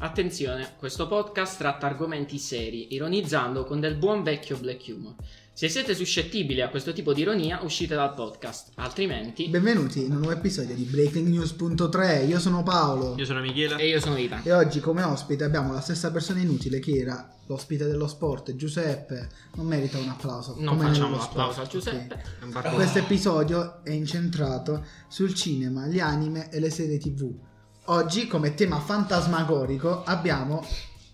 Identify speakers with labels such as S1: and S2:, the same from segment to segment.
S1: Attenzione, questo podcast tratta argomenti seri, ironizzando con del buon vecchio black humor. Se siete suscettibili a questo tipo di ironia, uscite dal podcast, altrimenti...
S2: Benvenuti in un nuovo episodio di BreakingNews.3, io sono Paolo
S3: Io sono Michela.
S1: E io sono Ivan.
S2: e oggi come ospite abbiamo la stessa persona inutile che era l'ospite dello sport, Giuseppe, non merita un applauso.
S1: Non
S2: come
S1: facciamo
S2: nello sport,
S1: l'applauso a Giuseppe.
S3: È un
S2: sì.
S3: barcone.
S2: Ecco. Questo episodio è incentrato sul cinema, gli anime e le serie tv. Oggi come tema fantasmagorico abbiamo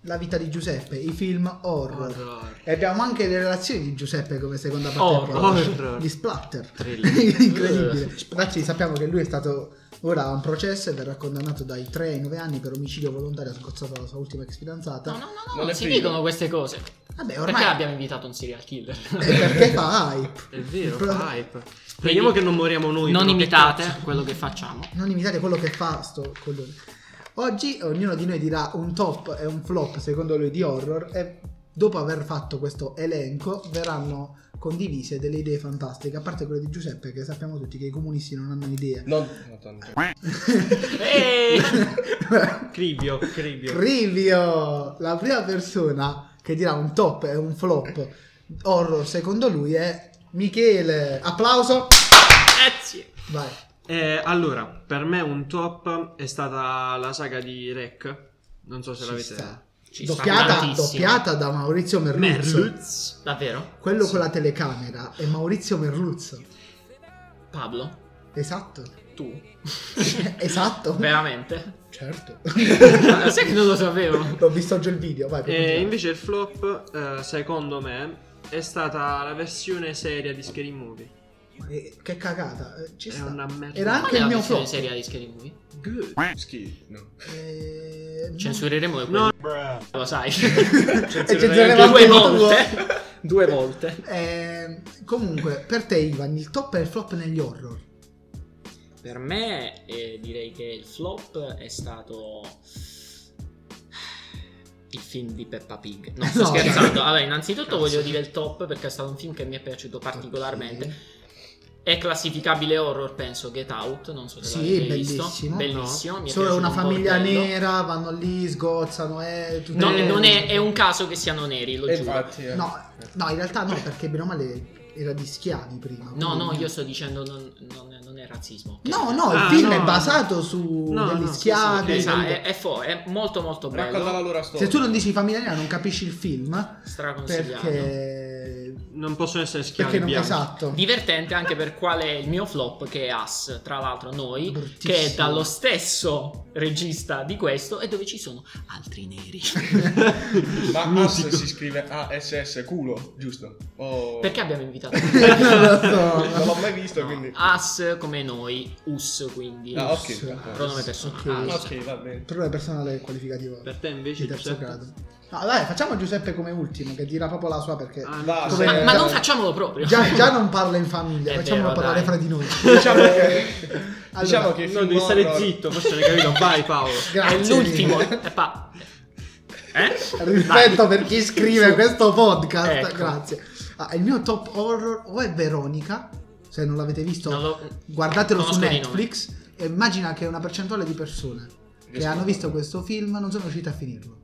S2: la vita di Giuseppe, i film horror.
S3: Horror.
S2: E abbiamo anche le relazioni di Giuseppe come seconda parte
S1: Horror.
S2: del podcast.
S3: Horror.
S2: Gli splatter.
S3: Thriller.
S2: incredibile. Ragazzi, sappiamo che lui è stato ora a un processo e verrà condannato dai 3 ai 9 anni per omicidio volontario scozzato dalla sua ultima ex fidanzata.
S1: No, no, no, no,
S4: Non
S1: non
S4: è
S1: si
S4: finito.
S1: dicono queste cose.
S2: Vabbè,
S1: Perché
S2: ormai
S1: abbiamo invitato un serial killer?
S2: Eh, perché fa hype.
S3: È vero,
S2: Pro-
S3: fa hype. Speriamo che non moriamo noi.
S1: non
S3: però che
S1: imitate quello che facciamo.
S2: Non imitate quello che fa sto coglione. Oggi ognuno di noi dirà un top e un flop secondo lui di horror e dopo aver fatto questo elenco verranno condivise delle idee fantastiche, a parte quelle di Giuseppe che sappiamo tutti che i comunisti non hanno idee.
S4: Non... Madonna.
S2: Eh,
S1: Ehi!
S3: cazzo. Cribio, cribio.
S2: Rivio, la prima persona che dirà un top e un flop horror secondo lui è Michele. Applauso.
S1: Grazie!
S2: Vai.
S3: Eh, allora, per me un top è stata la saga di Rec. Non so se
S2: Ci
S3: l'avete...
S2: sta.
S1: Ci sta
S2: Doppiata,
S1: tantissimo.
S2: doppiata da Maurizio Merluzzo.
S3: Merluz.
S1: Davvero?
S2: Quello con la telecamera è Maurizio Merluzzo.
S1: Pablo?
S2: Esatto.
S1: Tu?
S2: esatto.
S1: Veramente?
S2: Certo.
S1: Sai che non lo sapevo?
S2: L'ho visto oggi il video, vai.
S3: E
S1: Eh,
S2: continua.
S3: invece il flop, eh, secondo me, è stata la versione seria di Scary Movie.
S2: Eh, Che cagata. eh, Ci
S3: È
S2: sta.
S3: una merda.
S2: Era
S1: Qual è
S2: anche il
S1: la
S2: mio
S1: versione
S2: flop.
S1: seria di Scary Movie?
S3: Good.
S4: Schifo. No.
S2: Eh, no.
S1: Censureremo le
S3: No.
S1: Lo sai.
S2: E censureremo
S1: due
S2: anche il tuo.
S1: volte. due volte.
S2: Eh, comunque, per te, Ivan, il top e il flop negli horror.
S1: Per me eh, direi che il flop è stato il film di Peppa Pig. No, sto
S2: No.
S1: scherzando. Allora, innanzitutto voglio dire il top perché è stato un film che mi è piaciuto particolarmente. È classificabile horror, penso, Get Out, non so se
S2: Sì,
S1: l'avete visto.
S2: bellissimo.
S1: Bellissimo. mi è
S2: Solo
S1: piaciuto
S2: una
S1: un
S2: famiglia
S1: bordello.
S2: nera, vanno lì, sgozzano, eh, tutte-
S1: No, non è, è un caso che siano neri, lo
S4: E
S1: giuro.
S4: infatti... eh.
S2: Esatto. No, no, in realtà no, perché bene o male era di schiavi prima.
S1: No,
S2: quindi-
S1: no, io sto dicendo non, non- non è razzismo. Cioè, ok?
S2: Mm. No, no, il
S3: Ah,
S2: film
S3: no.
S2: è basato su
S3: No,
S2: degli
S3: no, sì,
S2: schiavi.
S3: sì,
S1: Esatto,
S2: delle-
S1: è, è fo- è molto molto
S4: Racconta la
S1: bello.
S4: loro storia.
S2: Se tu non dici famiglia nera non capisci il film
S1: Straconsigliato.
S2: perché...
S3: Non possono essere
S2: Perché
S3: schiavi
S2: non
S3: bianchi.
S2: esatto.
S1: Divertente anche per qual è il mio flop che è As, tra l'altro noi,
S2: Bruttissimo.
S1: che è dallo stesso regista di questo e dove ci sono altri neri.
S4: Ma Ass
S3: Mitico.
S4: si scrive ASS culo, giusto? O-
S1: Perché abbiamo invitato
S2: non lo
S4: Non
S2: so.
S4: l'ho mai visto,
S1: No,
S4: quindi...
S1: As come noi, Us quindi.
S4: Ah, ok.
S2: Sì. Ah,
S1: Pronome
S2: Ok.
S1: personale. Us.
S4: Ok, va bene.
S2: Per una personale qualificativo
S3: Per te invece,
S2: di terzo
S3: Giuseppe?
S2: grado. No, dai, facciamo Giuseppe come ultimo, che dirà proprio la sua perché...
S3: Ah,
S4: Va,
S2: Come-
S1: Ma, ma non
S2: Dai.
S1: facciamolo proprio.
S2: Già, già non parla in famiglia,
S1: È
S2: facciamolo
S1: vero,
S2: parlare
S1: dai.
S2: fra di noi.
S4: Diciamo che...
S2: Allora,
S4: diciamo che...
S3: No,
S4: film
S3: devi stare
S4: horror-
S3: zitto, forse l'hai capito. Vai Paolo.
S1: è
S2: Grazie.
S1: l'ultimo. Eh, pa- Eh?
S2: Rispetto
S1: Dai.
S2: per chi scrive questo podcast,
S1: Ecco.
S2: grazie. Ah, il mio top horror o è Veronica, se non l'avete visto,
S1: Non lo-
S2: guardatelo su
S1: conosco di nome.
S2: Netflix. E immagina che una percentuale di persone che
S4: Riesco
S2: hanno
S4: a-
S2: visto questo film non sono riuscite a finirlo.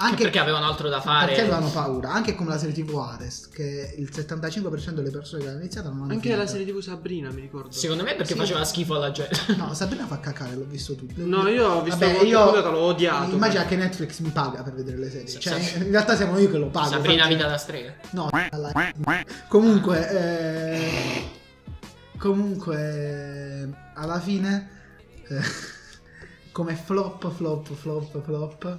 S1: Anche perché avevano altro da fare.
S2: perché avevano paura, anche come la serie TV Ares, che il 75% delle persone che hanno iniziato non hanno
S3: Anche
S2: finito.
S3: la serie TV Sabrina, mi ricordo.
S1: Secondo me perché
S2: Sì.
S1: faceva schifo alla gente.
S2: No, Sabrina fa cacare, l'ho visto tutto.
S3: No, io ho visto
S2: Vabbè,
S3: qualche
S2: io-
S3: puntata, l'ho odiato.
S2: Immagina che Netflix mi paga per vedere le serie.
S1: Sa-
S2: Cioè,
S1: sa-
S2: in realtà siamo io che lo pago.
S1: Sabrina
S2: infatti-
S1: vita da strega.
S2: No, alla- comunque, eh, comunque, alla fine, eh, come flop, flop, flop, flop.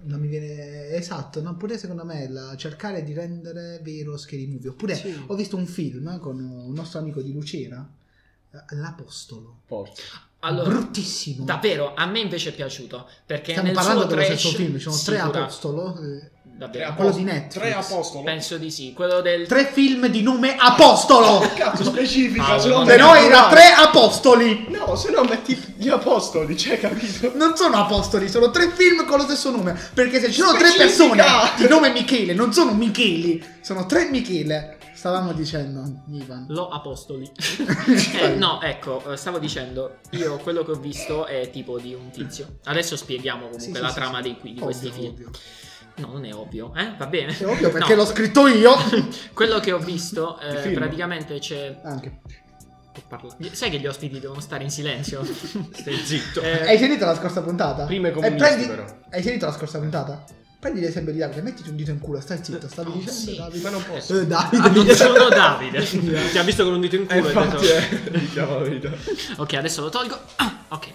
S2: Non mi viene esatto, no? pure secondo me è la cercare di rendere vero Scary Movie. Oppure
S3: Sì.
S2: ho visto un film con un nostro amico di Lucera, eh, L'Apostolo.
S4: Porca.
S1: Allora,
S2: Bruttissimo.
S1: davvero, a me invece è piaciuto perché
S2: Stiamo
S1: nel
S2: parlando
S1: suo
S2: dello
S1: trash
S2: stesso film, ci sono tre
S1: sicura-
S2: Apostolo. eh,
S4: Tre
S1: Davvero.
S2: Apostolo. quello di
S4: apostoli.
S2: Netflix.
S4: Tre apostolo.
S1: Penso di sì, quello del
S2: Tre film di nome Apostolo.
S4: Cazzo, specifica,
S3: Ah,
S1: Paolo,
S4: se no
S1: non-
S2: Se
S4: metti-
S2: no era tre apostoli.
S4: No, se no metti gli apostoli, cioè, capito?
S2: Non sono apostoli, sono tre film con lo stesso nome. Perché se ci sono tre
S4: Specifica!
S2: persone di nome Michele, non sono Micheli, sono tre Michele. Stavamo dicendo, Ivan.
S1: Lo apostoli. Eh, no, ecco, eh, stavo dicendo, io quello che ho visto è tipo di un tizio. Adesso spieghiamo comunque
S2: Sì, sì,
S1: la
S2: sì,
S1: trama
S2: sì.
S1: dei qui, di questi
S2: Ovvio,
S1: film.
S2: ovvio.
S1: No, non è ovvio, eh? Va bene.
S2: È ovvio perché
S1: No.
S2: l'ho scritto io.
S1: Quello che ho visto, eh,
S4: Il film.
S1: praticamente c'è...
S2: Anche.
S3: Ho parlato.
S1: Sai che gli ospiti devono stare in silenzio?
S3: Stai zitto.
S1: Eh,
S2: Hai sentito la scorsa puntata?
S4: Prime
S2: Eh,
S4: comunisti,
S2: prendi-
S4: però.
S2: Hai sentito la scorsa puntata? Prendi l'esempio di Davide, mettiti un dito in culo, stai zitto, stavi
S1: Oh,
S2: dicendo
S1: sì.
S2: Davide.
S4: Ma non posso.
S2: Eh, Davide,
S1: Ah, non
S2: mi-
S1: sono Davide.
S3: Ti ha visto con un dito in culo e ha detto-
S4: eh, diciamo la verità.
S1: Ok, adesso lo tolgo. Ah, ok.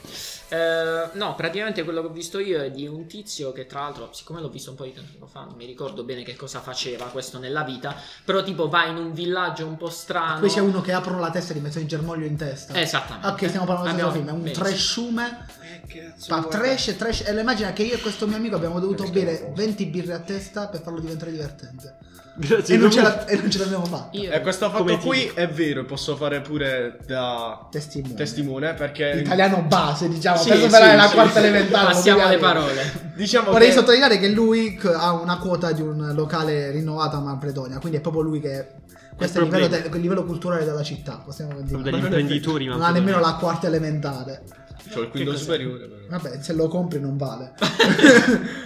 S1: Eh, no, praticamente quello che ho visto io è di un tizio che, tra l'altro, siccome l'ho visto un po' di tempo fa, non mi ricordo bene che cosa faceva questo nella vita. Però, tipo, va in un villaggio un po' strano.
S2: Qui c'è uno che aprono la testa e gli mettono il germoglio in testa.
S1: Esattamente.
S2: Ok, stiamo parlando di
S1: Eh, Abbiamo-
S2: un film, è un
S1: bene.
S2: trashume.
S4: Eh, cazzo.
S2: Ma
S4: guarda.
S2: trash, trash. E la immagina che io e questo mio amico abbiamo dovuto
S4: Che
S2: bere
S4: schifo.
S2: 20 birre a testa per farlo diventare divertente.
S3: Grazie.
S2: E non, ce
S3: Domu.
S2: la- e non ce l'abbiamo fatta.
S1: Io-
S4: E Eh, questo
S3: Come
S4: fatto
S3: ti
S4: qui
S3: dico?
S4: è vero, posso fare pure da
S2: Testimone.
S4: testimone perché
S2: Italiano base, diciamo,
S4: Sì,
S2: per superare
S4: sì,
S2: la
S4: sì.
S2: quarta elementare.
S1: Passiamo alle
S2: magari.
S1: parole.
S4: diciamo
S2: Vorrei
S4: che
S2: sottolineare che lui c- ha una quota di un locale rinnovato a Manfredonia, quindi è proprio lui che. Questo è il livello,
S3: problema.
S2: de- il livello culturale della città, possiamo
S3: Sono
S2: continuare.
S3: degli imprenditori, ma
S2: Non ha nemmeno la quarta elementare.
S4: c'ho il quinto
S3: Che cos'è?
S4: superiore però.
S2: Vabbè, se lo compri non vale.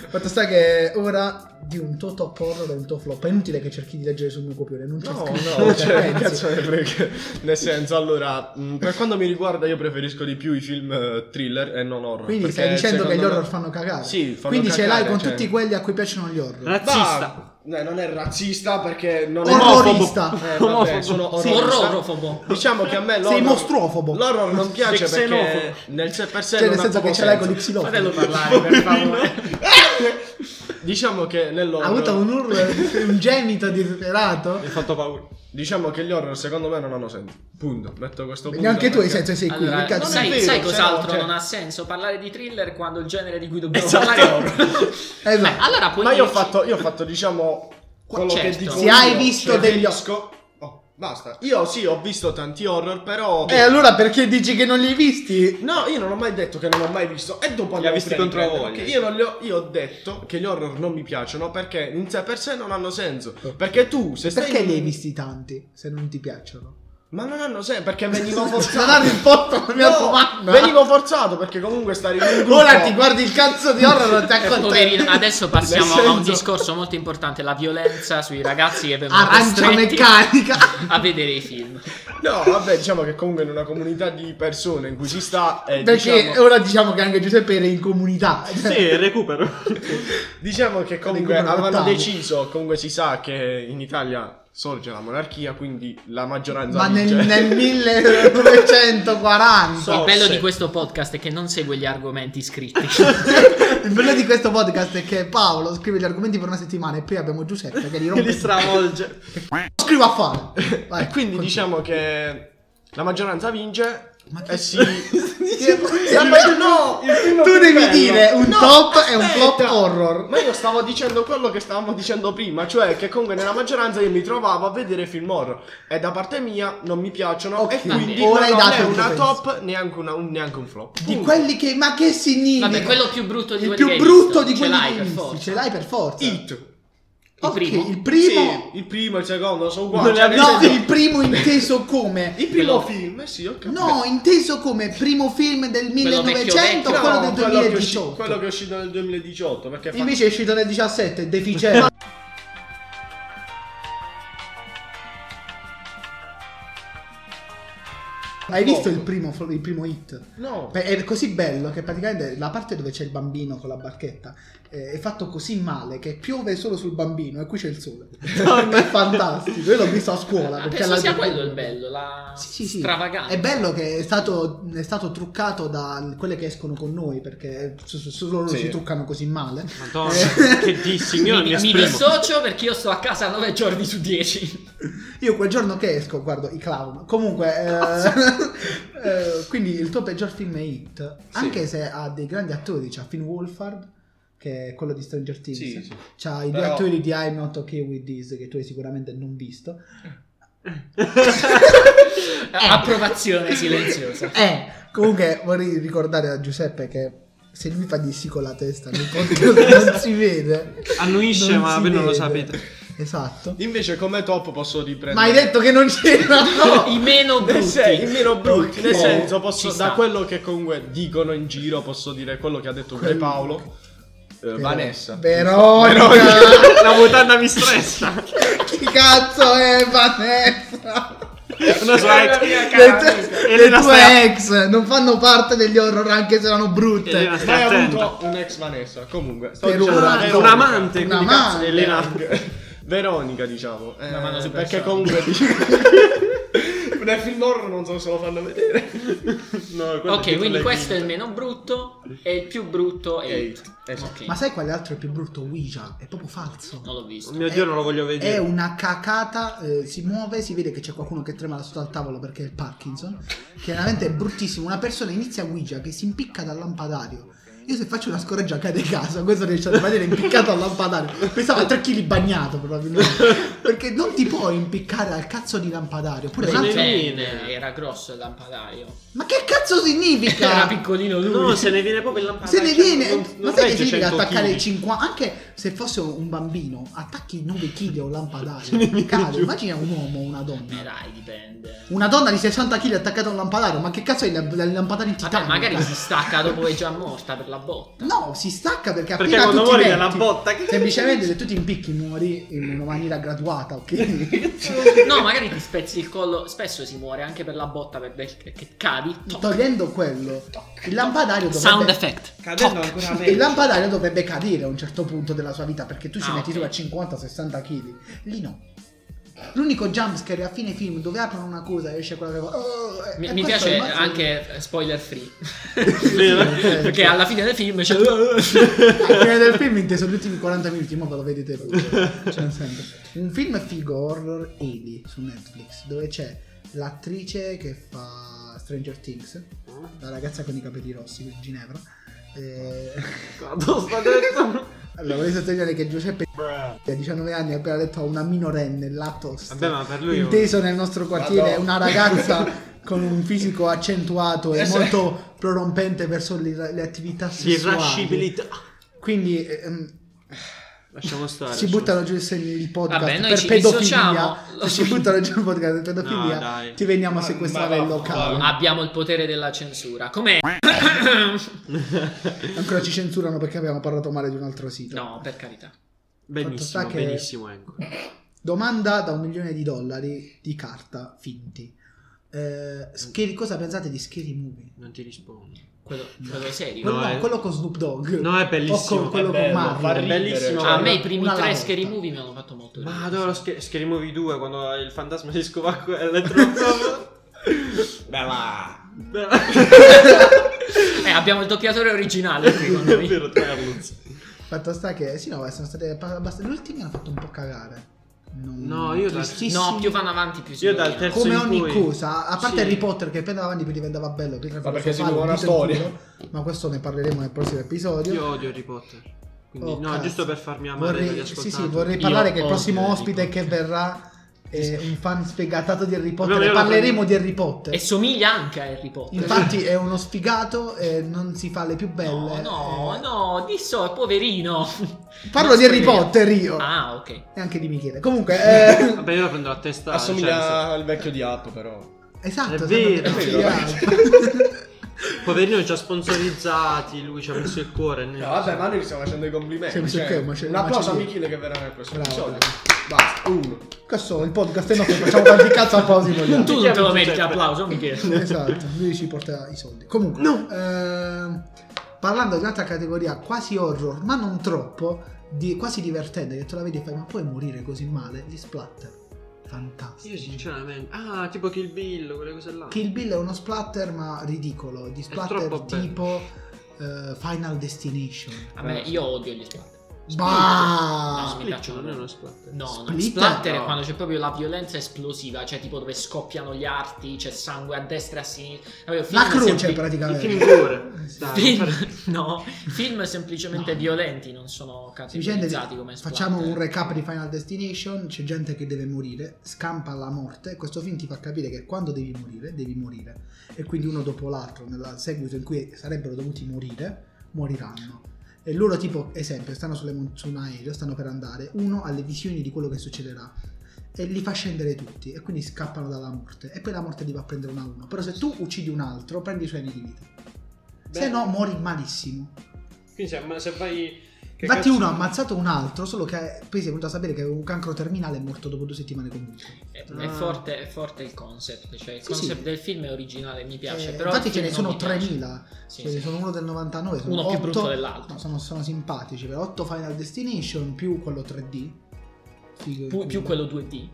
S2: Fatto sta che ora di un tuo top horror e un tuo flop. È inutile che cerchi di leggere sul mio copione, non c'è
S4: No,
S2: scritto.
S4: no,
S2: Cioè,
S4: cioè,
S2: pensi.
S4: cazzo ne frega. Nel senso, allora, mh, per quanto mi riguarda, io preferisco di più i film eh, thriller e non horror.
S2: Quindi
S4: perché
S2: stai dicendo che gli
S4: secondo
S2: horror
S4: me-
S2: fanno cagare.
S4: Sì, fanno
S2: Quindi ce l'hai
S4: cagare,
S2: con
S4: cioè.
S2: tutti quelli a cui piacciono gli horror.
S3: Razzista.
S4: Bah, eh, non è razzista perché non è
S2: Orrorista.
S4: Eh,
S3: Omofobo.
S4: vabbè, sono
S1: Sì,
S4: orrorista.
S1: orrorofobo.
S4: Diciamo che a me l'horror
S2: Sei mostruofobo.
S4: L'horror non piace
S3: Sei
S4: perché
S3: xenofobo.
S4: nel sé per sé
S2: Cioè,
S4: non
S2: nel
S4: ha
S2: senso che
S4: proprio
S2: ce l'hai con gli
S4: senso.
S2: xilofoni.
S1: Fratello parlare,
S2: Boh,
S1: per favore.
S4: Diciamo che
S2: Ha
S4: nell'horror
S2: avuto un urlo, un gemito disperato.
S3: Mi ha fatto paura.
S4: Diciamo che gli horror secondo me non hanno senso. Punto. Metto questo punto.
S2: Neanche tu hai
S4: perché-
S2: senso sei qui.
S1: Allora,
S2: che cazzo
S1: sai,
S4: è vero,
S1: sai
S4: cioè,
S1: cos'altro
S4: cioè-
S1: non ha senso? Parlare di thriller quando il genere di cui dobbiamo
S3: Esatto.
S1: parlare è horror.
S2: Esatto.
S1: Beh, allora Ah, puoi
S4: Ma io ho
S1: dirci-
S4: fatto, io ho fatto diciamo quello
S1: certo.
S4: che dico.
S1: Se
S4: io,
S2: hai visto
S4: cioè,
S2: degli-
S4: preferisco- Oh, basta. Io sì, ho visto tanti horror, però
S2: E Eh, allora perché dici che non li hai visti?
S4: No, io non ho mai detto che non ho mai visto. E dopo
S3: Li
S4: andiamo
S3: ha visti
S4: a riprendere,
S3: contro voglia.
S4: perché Io, non li ho, io ho detto che gli horror non mi piacciono perché in sé per sé non hanno senso. Perché tu, se stai.
S2: Oh. Perché li hai visti tanti se non ti piacciono?
S4: Ma non hanno senso perché venivo
S2: Non hanno
S4: forzato.
S2: risposto alla mia domanda.
S4: venivo forzato perché comunque stare in un gruppo.
S2: Ora ti guardi il cazzo di horror non ti
S1: Eh, poverino,
S2: accontenti.
S1: adesso passiamo
S4: Nel
S1: a un
S4: senso-
S1: discorso molto importante, la violenza sui ragazzi che vengono
S2: Arancia
S1: costretti
S2: meccanica.
S1: a vedere i film.
S4: No, vabbè, diciamo che comunque in una comunità di persone in cui si sta. eh,
S2: Perché
S4: diciamo-
S2: ora diciamo che anche Giuseppe era in comunità.
S3: Sì, recupero.
S4: Diciamo che comunque
S2: Vengono
S4: avevano
S2: adottati.
S4: deciso, comunque si sa che in Italia sorge la monarchia, quindi la maggioranza
S2: Ma nel,
S4: vince.
S2: nel 1940.
S3: So-
S1: Il bello
S3: Forse.
S1: di questo podcast è che non segue gli argomenti scritti.
S2: Il bello di questo podcast è che Paolo scrive gli argomenti per una settimana e poi abbiamo Giuseppe che li rompe.
S3: Li stravolge.
S2: Scrivo a fare. Vai,
S4: e quindi
S2: continua.
S4: diciamo che la maggioranza vince
S2: Ma che-
S4: e si...
S2: La maggior-
S4: no, il film
S2: tu
S4: più
S2: devi
S4: bello.
S2: dire un
S4: No,
S2: top e un flop
S4: aspetta.
S2: horror.
S4: Ma io stavo dicendo quello che stavamo dicendo prima, cioè che comunque nella maggioranza io mi trovavo a vedere film horror e da parte mia non mi piacciono
S2: Ok,
S4: e quindi
S2: ora hai
S4: non
S2: dato
S4: è
S2: il tuo
S4: una
S2: pensiero.
S4: top neanche, una- un, neanche un flop.
S2: Di
S4: Punto.
S2: quelli che. Ma che significa?
S1: Vabbè, quello più brutto di
S2: il
S1: quelli
S2: più
S1: che hai
S2: brutto
S1: visto.
S2: di
S1: Ce
S2: quelli
S1: l'hai
S2: che hai
S1: per
S2: visto.
S1: forza.
S2: Ce l'hai per forza.
S4: It.
S1: Il
S2: Ok,
S1: primo.
S2: il primo.
S4: Sì, il primo, il secondo sono
S3: Non ne
S4: uguali. cioè, nel
S2: No,
S4: senso-
S2: il primo inteso come.
S4: il primo film, eh sì, ho capito.
S2: No, inteso come primo film del
S1: vecchio
S2: 1900
S1: vecchio.
S2: quello del
S4: che è usci-
S2: 2018.
S4: quello che è uscito nel 2018, perché fa-
S2: Invece è uscito nel 17, deficiente. Hai visto il primo, il primo hit?
S4: No.
S2: Beh, È così bello che praticamente la parte dove c'è il bambino con la barchetta eh, è fatto così male che piove solo sul bambino e qui c'è il sole. è fantastico. Io l'ho visto a scuola.
S1: Ah,
S2: perché
S1: penso
S2: alla-
S1: sia quello il bello, la
S2: Sì, sì, sì.
S1: stravagante.
S2: È bello che è stato, è stato truccato da quelle che escono con noi perché s- s- solo loro
S4: Sì.
S2: si truccano così male.
S3: Madonna,
S2: Eh.
S3: che dissi, io non
S1: mi,
S3: mi
S1: mi
S3: esprimo.
S1: dissocio perché io sto a casa 9 giorni su 10.
S2: Io quel giorno che esco guardo i clown. Comunque, eh, eh, quindi il tuo peggior film è Hit, anche se ha dei grandi attori, c'ha Finn Wolfhard che è quello di Stranger Things,
S4: Sì, sì.
S2: c'ha i due
S4: Però-
S2: attori di I'm Not Okay With This che tu hai sicuramente non visto.
S1: Approvazione silenziosa.
S2: Eh, comunque vorrei ricordare a Giuseppe che se lui fa di sì con la testa nel podcast non si vede.
S3: Annuisce,
S2: Non
S3: ma
S2: si
S3: voi non lo
S2: vede.
S3: sapete.
S2: Esatto.
S4: Invece come top posso riprendere.
S2: Ma hai detto che non c'era.
S1: I meno
S4: Nel
S1: brutti.
S4: sen- il meno brutti, nel
S1: Oh,
S4: senso,
S1: ci
S4: posso,
S1: sta.
S4: da quello che comunque dicono in giro, posso dire quello che ha detto pure
S2: Quello-
S4: Paolo, eh, Vanessa.
S2: Veronica.
S3: La mutanda mi stressa.
S2: Chi cazzo è Vanessa?
S3: Una sua
S4: Era mia
S3: ex.
S4: cara
S2: Le,
S4: amica.
S2: tue- le
S3: Elena
S2: tue
S3: sta-
S2: ex non fanno parte degli horror anche se erano brutte.
S3: Elena, stai
S4: Mai
S3: attenta.
S4: avuto un ex Vanessa, comunque. sto
S2: Per
S4: dicendo
S2: ora,
S4: Veronica. Eh,
S3: Un amante,
S2: Un
S3: quindi cazzo,
S2: amante.
S3: Elena.
S4: Veronica, diciamo. Eh,
S1: Una mano su
S4: perché
S1: persona.
S4: comunque nel film horror non so se lo fanno vedere. No, quello
S1: Ok,
S4: dietro
S1: quindi
S4: le
S1: questo è il
S4: quinte.
S1: meno brutto e il più brutto è
S4: Eight,
S1: Eight.
S4: esatto.
S1: Ok,
S2: Ma sai quale altro è più brutto? Ouija. È proprio falso.
S1: non l'ho visto.
S3: Oh Mio Dio, non lo voglio vedere.
S2: È una cacata, eh, si muove, si vede che c'è qualcuno che trema sotto al tavolo perché è il Parkinson. Chiaramente è bruttissimo. Una persona inizia a Ouija che si impicca dal lampadario. Io se faccio una scorreggia cade a casa, questo riesce a rimanere impiccato al lampadario. Pensavo a 3 kg bagnato probabilmente. Perché non ti puoi impiccare al cazzo di lampadario. Oppure un
S1: Bene,
S2: altro-
S3: Bene.
S1: Era grosso il lampadario.
S2: Ma che cazzo
S1: Era
S2: significa?
S1: piccolino lui.
S3: No, se ne viene proprio il lampadario.
S2: Se ne
S3: cioè,
S2: viene,
S3: non- non
S2: ma sai che
S3: regge
S2: significa
S3: 100
S2: attaccare
S3: chili.
S2: 50? Anche se fosse un bambino, attacchi 9 kg a un lampadario. Cade, immagina un uomo o una
S1: Beh,
S2: donna.
S1: Eh, dai, dipende.
S2: Una donna di 60 kg attaccata a un lampadario, ma che cazzo è il lamp- il lampadario in
S1: Vabbè,
S2: titano?
S1: magari si stacca dopo che è già morta per la botta.
S2: No, si stacca perché appena
S3: Perché quando
S2: tu ti
S3: muori
S2: metti-
S3: dalla botta, che-
S2: Semplicemente se tu ti impicchi muori in una maniera graduata, ok?
S1: No, magari ti spezzi il collo. Spesso si muore anche per la botta per- perché cadi. Toc.
S2: Togliendo quello, il lampadario dovrebbe...
S1: Sound effect.
S3: Cadendo
S1: Toc.
S3: ancora
S2: Il
S3: meglio.
S2: lampadario dovrebbe cadere a un certo punto della sua vita perché tu ci
S1: Ah,
S2: metti
S1: ok.
S2: tu a 50-60 kg. Lì no. L'unico jumpscare a fine film dove aprono una cosa e esce quella che fa. "Oh", e-
S1: Mi,
S2: e
S1: mi
S2: questo
S1: piace
S2: è il massimo.
S1: anche eh, spoiler free.
S3: Vero?
S1: perché alla fine del film c'è.
S2: Alla fine del film inteso gli ultimi 40 minuti, ma ve lo vedete voi. Cioè, nel senso, Un film figo horror Eli su Netflix dove c'è l'attrice che fa Stranger Things, la ragazza con i capelli rossi, Ginevra. Eh,
S3: Quando sta detto.
S2: Allora, vorrei sottolineare che Giuseppe a 19 anni ha appena detto a una minorenne Latos.
S3: Vabbè, ma per lui è un-
S2: Inteso nel nostro quartiere,
S4: Madonna.
S2: una ragazza con un fisico accentuato e
S4: Adesso-
S2: molto prorompente verso le, le attività sessuali.
S3: L'irascibilità.
S2: Quindi ehm,
S3: Lasciamo stare.
S2: si
S3: lasciamo
S2: buttano giù il segno- il podcast
S1: Vabbè, noi
S2: per
S1: ci
S2: pedofilia.
S1: dissociamo.
S2: Se si buttano giù il podcast per
S3: No,
S2: pedofilia,
S3: dai.
S2: ti veniamo a
S4: Ma-
S2: sequestrare
S4: ma-
S2: il locale.
S1: Abbiamo il potere della censura. Com'è?
S2: Ancora ci censurano perché abbiamo parlato male di un altro sito.
S1: No, per carità.
S3: Benissimo,
S2: Fatto sta che-
S3: benissimo, ecco.
S2: Domanda da un milione di dollari di carta finti. Eh, scary- cosa pensate di scary movie?
S3: Non ti rispondo.
S1: Quello, quello serio.
S2: Quello,
S3: No,
S2: no,
S3: è-
S2: quello con Snoop Dogg.
S3: No, è bellissimo,
S2: O con quello
S4: è bello,
S2: con Marvel.
S4: fa ridere,
S3: Bellissimo.
S4: cioè,
S1: a me i primi
S2: una alla
S1: tre
S2: volta.
S1: scary movie mi hanno fatto molto
S3: Ma
S1: ridere.
S3: adoro Sch- Scary Movie 2 quando il fantasma si scova con l'elettrodo.
S4: Bella.
S1: Eh, abbiamo il doppiatore originale qui con
S3: È
S1: noi.
S3: vero, Terluz.
S2: Fatto sta che, sì, no, sono state pa- abbast- Gli ultimi hanno fatto un po' cagare. Non-
S3: No, io dal-
S2: tristissimi.
S1: No, più vanno avanti, più si
S3: Io dal
S1: rovinano.
S3: terzo-
S2: Come
S3: in
S2: ogni
S3: cui-
S2: cosa, a parte
S3: Sì.
S2: Harry Potter che appena avanti più diventava bello, Peter
S4: Ma
S2: Pan
S4: perché
S2: fa
S4: si
S2: il
S4: muove una
S2: dito in
S4: storia.
S2: culo, Ma questo ne parleremo nel prossimo episodio.
S3: Io odio Harry Potter. Quindi,
S2: Oh,
S3: no,
S2: cazzo.
S3: giusto per farmi amare
S2: Vorrei-
S3: dagli
S2: Sì,
S3: ascoltatori.
S2: sì, vorrei
S1: Io
S2: parlare che il
S1: odio
S2: prossimo
S3: Harry
S2: ospite
S3: Potter.
S2: che verrà è un fan sfegatato di Harry
S3: Vabbè,
S2: Potter.
S3: io la
S2: Parleremo
S3: prendo.
S2: di Harry Potter.
S1: E somiglia anche a Harry Potter.
S2: Infatti è uno sfigato, eh, non si fa le più
S1: No,
S2: belle.
S1: no,
S2: eh.
S1: no, di so, poverino.
S2: Parlo di Harry
S1: Speriamo.
S2: Potter io.
S1: Ah, ok.
S2: E anche di Michele. Comunque, eh,
S3: Vabbè, io la prendo la testa. cioè,
S4: Assomiglia al vecchio di App, però.
S5: Eh,
S2: esatto.
S3: È
S2: sono-
S3: vero.
S2: è
S4: vero.
S3: nel senso, Poverino ci ha sponsorizzati, lui ci ha messo il cuore. nel-
S4: No, vabbè, ma noi gli stiamo facendo i complimenti.
S2: Sì, sì,
S4: cioè,
S2: ok, ma c'è-
S4: un
S2: ma
S4: applauso
S2: c'è
S4: a
S2: dietro.
S4: Michele che verrà nel prossimo
S2: Bravo,
S4: episodio.
S2: bravo.
S4: Basta, uno.
S2: Questo il podcast è nostro, facciamo tanti cazzo applausi vogliamo.
S1: Tu non te lo
S3: Giuseppe.
S1: meriti l'applauso, Michele.
S2: Esatto, lui ci porta i soldi. Comunque, ehm, parlando di un'altra categoria quasi horror, ma non troppo, di- quasi divertente, che tu la vedi e fai, ma puoi morire così male? Gli splatter. Fantastico.
S3: Io, sinceramente. Ah, tipo Kill Bill, quelle cose là.
S2: Kill Bill è uno splatter, ma ridicolo. Di splatter
S3: troppo bello.
S2: tipo eh, Final Destination.
S1: A me, io odio gli splatter.
S2: Bah!
S1: No, mi
S3: Split
S1: piacciono.
S3: non è uno splatter.
S1: No, no,
S2: Split?
S1: splatter è
S2: No.
S1: quando c'è proprio la violenza esplosiva, cioè tipo dove scoppiano gli arti, c'è sangue a destra e a sinistra. Vabbè, film
S2: La croce
S1: sempli-
S3: Il
S2: praticamente.
S3: film gore. Dai, non fare-
S1: Film, no, film semplicemente
S2: No.
S1: violenti non sono
S2: Semplicemente
S1: categorizzati come eh. splatter.
S2: facciamo un recap di Final Destination, c'è gente che deve morire, scampa la morte, questo film ti fa capire che quando devi morire, devi morire. E quindi uno dopo l'altro, nel seguito in cui sarebbero dovuti morire, moriranno. E loro, tipo, esempio, stanno sulle mon- su un aereo, stanno per andare, uno ha le visioni di quello che succederà e li fa scendere tutti e quindi scappano dalla morte e poi la morte li va a prendere uno a uno. Però se tu uccidi un altro, prendi i suoi anni di vita. Se
S5: Beh.
S2: no, muori malissimo.
S5: Quindi se, ma se vai... che
S2: Infatti
S5: cazzo-
S2: uno ha ammazzato un altro, solo che poi si è venuto a sapere che aveva un cancro terminale e è morto dopo due settimane comunque.
S1: È,
S3: Ah.
S1: è forte, è forte il concept. Cioè, il
S2: Sì,
S1: concept
S2: sì.
S1: del film è originale, mi piace.
S2: Eh,
S1: però
S2: infatti
S1: il
S2: ce ne
S1: film
S2: sono
S1: non mi piace.
S2: 3000,
S1: Sì,
S2: ce
S1: sì.
S2: ne Cioè, sono uno del 99, sono
S1: Uno più
S2: 8,
S1: brutto dell'altro.
S2: no, sono, sono simpatici, però 8 Final Destination più quello 3D. Figo il
S1: Pu- più
S2: culo.
S1: quello 2D.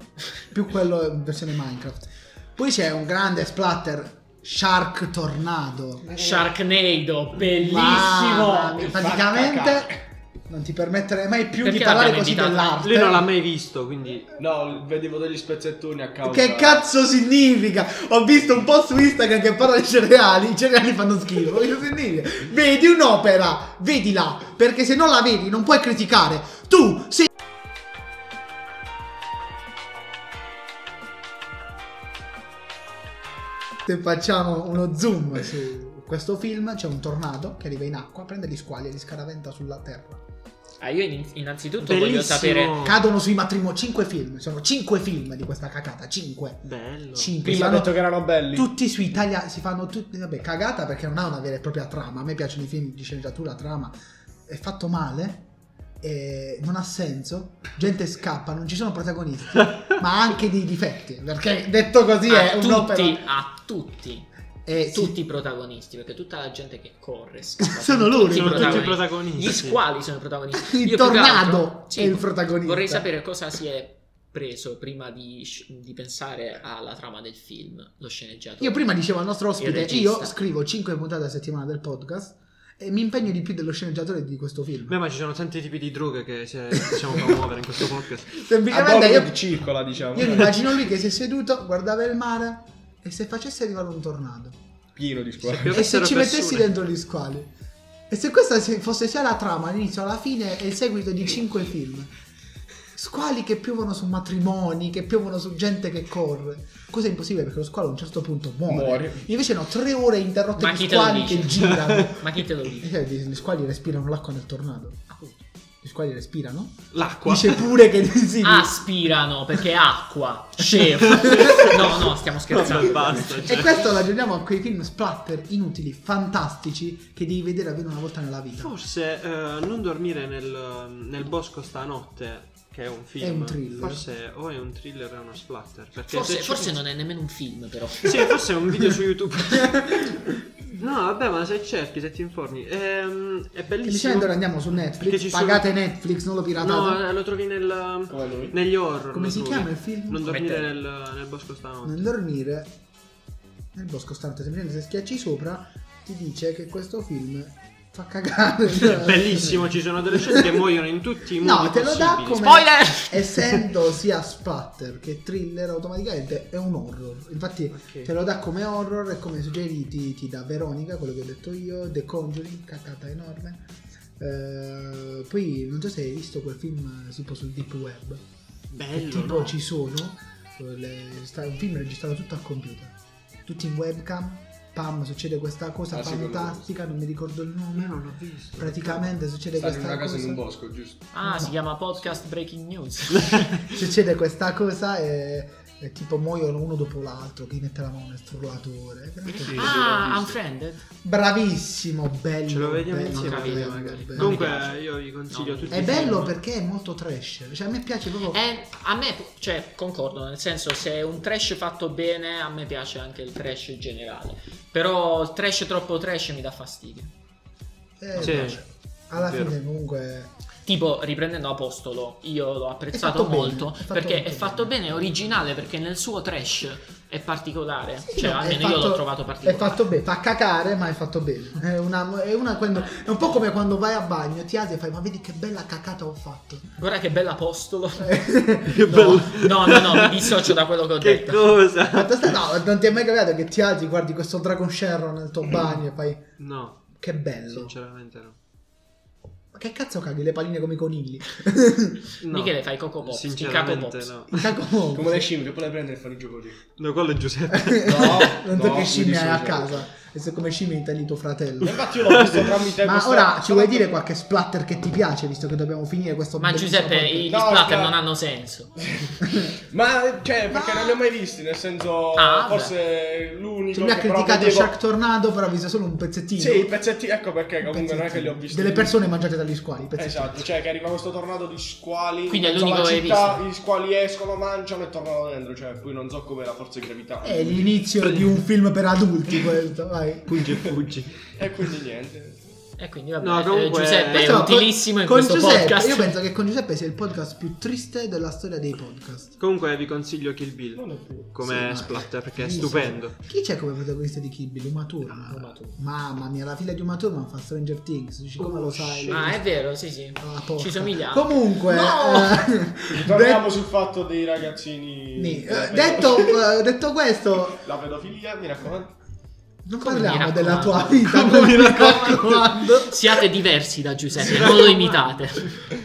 S2: più quello in versione Minecraft. Poi c'è un grande splatter Shark Tornado.
S1: Sharknado,
S2: Mamma
S1: bellissimo.
S2: mia,
S5: Che fa
S2: Praticamente non ti permetterei mai più
S1: Perché
S2: di parlare
S1: l'abbiamo
S2: così
S1: invitata?
S2: dell'arte.
S3: Lui non l'ha mai visto, quindi...
S5: No, vedevo degli spezzettoni a causa...
S2: Che cazzo significa? Ho visto un po' su Instagram che parla di cereali, i cereali fanno schifo. Cosa significa? Vedi un'opera, vedila, perché se non la vedi non puoi criticare. Tu sei... Se facciamo uno zoom su questo film, c'è un tornado che arriva in acqua, prende gli squali e li scaraventa sulla terra.
S1: Ah, io in- innanzitutto voglio
S3: Bellissimo.
S1: sapere.
S2: Cadono sui matrimoni 5 film, ci sono 5 film di questa cacata, 5.
S3: Bello.
S2: 5
S4: Prima ha detto che erano belli.
S2: tutti su Italia si fanno tutti vabbè cagata perché non ha una vera e propria trama a me piacciono i film di sceneggiatura trama è fatto male e non ha senso gente scappa non ci sono protagonisti ma anche dei difetti perché detto così è
S1: a
S2: un'opera
S1: Ah, tutti, a tutti,
S2: e sì,
S1: tutti i protagonisti, perché tutta la gente che corre scappa,
S2: Sono loro
S1: tutti i
S2: i
S3: Sono tutti
S1: protagonisti.
S3: protagonisti.
S1: Gli squali sono i protagonisti.
S2: Il
S1: Io più che
S2: tornado
S1: altro-
S2: è il protagonista.
S1: Vorrei sapere cosa si è preso prima di, sc- di pensare alla trama del film, lo sceneggiatore.
S2: io prima dicevo al nostro ospite
S1: Il regista.
S2: io scrivo 5 puntate a settimana del podcast e mi impegno di più dello sceneggiatore di questo film
S3: Beh, ma ci sono tanti tipi di droghe che ci facciamo promuovere in questo podcast.
S4: A
S2: semplicemente
S4: Bollywood
S2: io
S4: circola, diciamo.
S2: Io mi immagino lui che si è seduto, guardava il mare e se facesse arrivare un tornado
S4: pieno di
S3: Se
S4: squadre.
S2: e se
S3: piovessero
S2: ci mettessi
S3: persone-
S2: dentro gli squali e se questa si- fosse sia la trama all'inizio alla fine e il seguito di cinque film squali che piovono su matrimoni che piovono su gente che corre cosa impossibile perché lo squalo a un certo punto muore,
S4: Muore.
S2: invece no tre ore interrotte
S1: Ma
S2: di
S1: chi te lo
S2: squali
S1: dice?
S2: che girano
S1: Ma chi te lo dice?
S2: E sai, gli squali respirano l'acqua nel tornado gli squali respirano
S3: L'acqua.
S2: dice pure che
S1: Ah,
S2: sì,
S1: Aspirano perché è acqua, chef. No, no, stiamo
S3: Vabbè,
S1: scherzando.
S3: basta.
S2: E
S3: cioè.
S2: questo lo aggiungiamo a quei film splatter inutili, fantastici, che devi vedere almeno una volta nella vita.
S3: Forse eh, non dormire nel, nel bosco stanotte, che è un film.
S2: È un thriller.
S3: Forse o è un thriller o è uno splatter. Perché
S1: Forse,
S3: Cioè, se ci
S1: forse
S3: pensi-
S1: non è nemmeno un film, però.
S3: Sì, forse è un video su YouTube. no, vabbè, ma se cerchi, se ti informi. Ehm, È,
S2: E
S3: bellissimo.
S2: dicendo andiamo su
S3: Perché ci
S2: Netflix,
S3: sono-
S2: pagate Netflix, non lo piratate.
S3: No, eh, lo trovi nel,
S4: Come lui.
S3: negli horror.
S2: Come
S3: lo
S2: si
S3: trovi.
S2: chiama il film?
S3: Non dormire
S1: Come te.
S3: nel, nel bosco stanotte.
S2: Non dormire nel bosco stanotte, semplicemente se schiacci sopra ti dice che questo film fa cagare.
S3: Bellissimo, ci sono delle scene che muoiono in tutti i modi.
S2: No, te lo dà
S3: possibili.
S2: come
S1: Spoiler!
S2: essendo sia splatter che thriller automaticamente è un horror. Infatti
S3: Ok.
S2: te lo dà come horror e come suggeriti ti dà Veronica, quello che ho detto io, The Conjuring, cacata enorme. Eh, poi non so se hai visto quel film eh, tipo sul deep web. che
S3: Bello.
S2: tipo
S3: no?
S2: ci sono eh, le- sta- un film registrato tutto al computer, tutti in webcam. Pam, succede questa cosa
S5: Ah, sì, quello-
S2: fantastica, non mi ricordo il
S3: Io
S2: nome.
S3: non l'ho visto.
S2: Praticamente succede
S5: Stare in
S2: questa
S5: una casa in
S2: cosa.
S5: un bosco, giusto?
S1: Ah, si chiama podcast Breaking News.
S2: succede questa cosa e, e tipo muoiono uno dopo l'altro chi mette la mano nel frullatore È veramente-
S5: Sì.
S1: ah,
S5: l'ho visto.
S1: Unfriended.
S2: bravissimo bello
S3: Ce lo vediamo
S2: bello,
S3: insieme,
S2: bello,
S1: video
S3: magari.
S2: bello.
S1: Non mi
S3: Comunque,
S1: piace.
S3: io vi consiglio
S1: No,
S3: tutti.
S2: è
S3: i
S2: bello
S3: film.
S2: perché è molto trash cioè a me piace proprio
S1: Eh, a me, cioè, concordo, nel senso, se è un trash fatto bene, a me piace anche il trash in generale. Però il trash troppo trash mi dà fastidio.
S2: eh,
S3: Sì,
S2: piace. alla
S3: è vero.
S2: fine comunque
S1: Tipo, riprendendo Apostolo, io l'ho apprezzato
S2: fatto bene,
S1: molto
S2: è fatto
S1: perché
S2: molto
S1: è fatto
S2: bene.
S1: bene, è originale, perché nel suo trash è particolare.
S2: Sì,
S1: cioè,
S2: no, è
S1: almeno io
S2: fatto-
S1: l'ho trovato
S2: è
S1: particolare.
S2: fatto bene fa cacare ma è fatto bene è, una, è una quando- è un po' come quando vai a bagno ti alzi e fai ma vedi che bella cacata ho fatto
S1: Guarda che bell'apostolo.
S3: Che bello.
S1: No, no, no, mi dissocio da quello che ho
S3: Che
S1: detto.
S3: cosa?
S2: Ma te- no, non ti è mai capitato che ti alzi guardi questo Dragon Sherro nel tuo bagno e fai
S3: No,
S2: Che bello.
S3: sinceramente no.
S2: Ma che cazzo caghi le paline come i conigli?
S3: No.
S1: Michele fai Coco Pops, il Caco
S3: Sinceramente
S1: Pops.
S3: no.
S2: Cago.
S4: Come le scimmie, che poi le prendere e fare il gioco lì.
S3: No, quello è Giuseppe.
S2: non so
S4: no,
S2: che
S4: mi
S2: scimmia hai a
S4: dissocio.
S2: casa. Questo è come Scimita lì tuo fratello.
S4: Infatti io l'ho visto tramite
S2: Ma
S4: questa-
S2: ora ci vuoi dire qualche splatter che ti piace, visto che dobbiamo finire questo
S1: Ma
S2: bellissimo
S1: Giuseppe,
S2: podcast?
S1: i- gli
S4: No,
S1: splatter
S4: cioè-
S1: non hanno senso.
S4: Ma cioè, perché
S2: Ma-
S4: non li ho mai visti, nel senso
S1: Ah,
S4: forse l'unico
S2: Cioè, lui ha
S4: che
S2: criticato
S4: però vedevo-
S2: Shark Tornado, però ha visto solo un pezzettino.
S4: Sì, i pezzetti, ecco perché comunque non è che li ho
S2: Pezzettino.
S4: visti.
S2: Delle persone mangiate dagli squali. i pezzettini.
S4: Esatto, cioè che arriva questo tornado di squali.
S1: Quindi è
S4: in mezzo alla
S1: l'unico che hai
S4: città, Gli squali escono, mangiano e tornano dentro. Cioè, poi non so come la forza di gravità.
S2: È l'inizio di un film per adulti questo, vai.
S3: Fuggi e fuggi.
S4: E quindi niente.
S1: E quindi vabbè,
S3: No,
S1: eh,
S3: comunque-
S1: Giuseppe è
S2: Questo con-
S1: utilissimo in
S2: con
S1: questo
S2: Giuseppe,
S1: podcast.
S2: Io penso che con Giuseppe sia il podcast più triste della storia dei podcast.
S3: Comunque vi consiglio Kill Bill
S4: Non è più.
S3: come
S2: Sì, ma-
S3: splatter perché è
S2: Bellissimo.
S3: stupendo.
S2: Chi c'è come protagonista di Kibble? Uma Thurman.
S1: Uma Thurman.
S2: Mamma mia, la figlia di Uma Thurman fa Stranger Things. Dici, come lo sai?
S1: Ah, è vero, sì, sì.
S2: Ah, porca.
S1: Ci somigliamo.
S2: Comunque, eh,
S4: Torniamo
S2: det-
S4: sul fatto dei ragazzini.
S2: ni-
S4: della
S2: eh,
S4: pedo-
S2: detto, eh, detto questo,
S4: La pedofilia, mi raccomando.
S2: non
S1: Come
S2: parliamo
S1: mi
S2: della tua
S1: raccomando.
S2: vita.
S3: Come mi
S2: mi
S3: raccomando.
S2: raccomando.
S1: Siate diversi da Giuseppe, non lo imitate.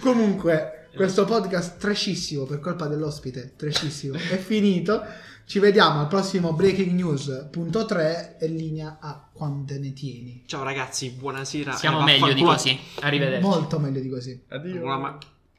S2: Comunque, questo
S1: Esatto.
S2: podcast trashissimo per colpa dell'ospite, trashissimo, è finito. Ci vediamo al prossimo Breaking News.3 e linea a quante ne tieni.
S3: Ciao ragazzi, buonasera.
S1: Siamo
S3: e
S1: meglio di
S3: vaffanculo.
S1: così. Arrivederci.
S2: Molto meglio di così.
S4: Addio.
S3: Una ma-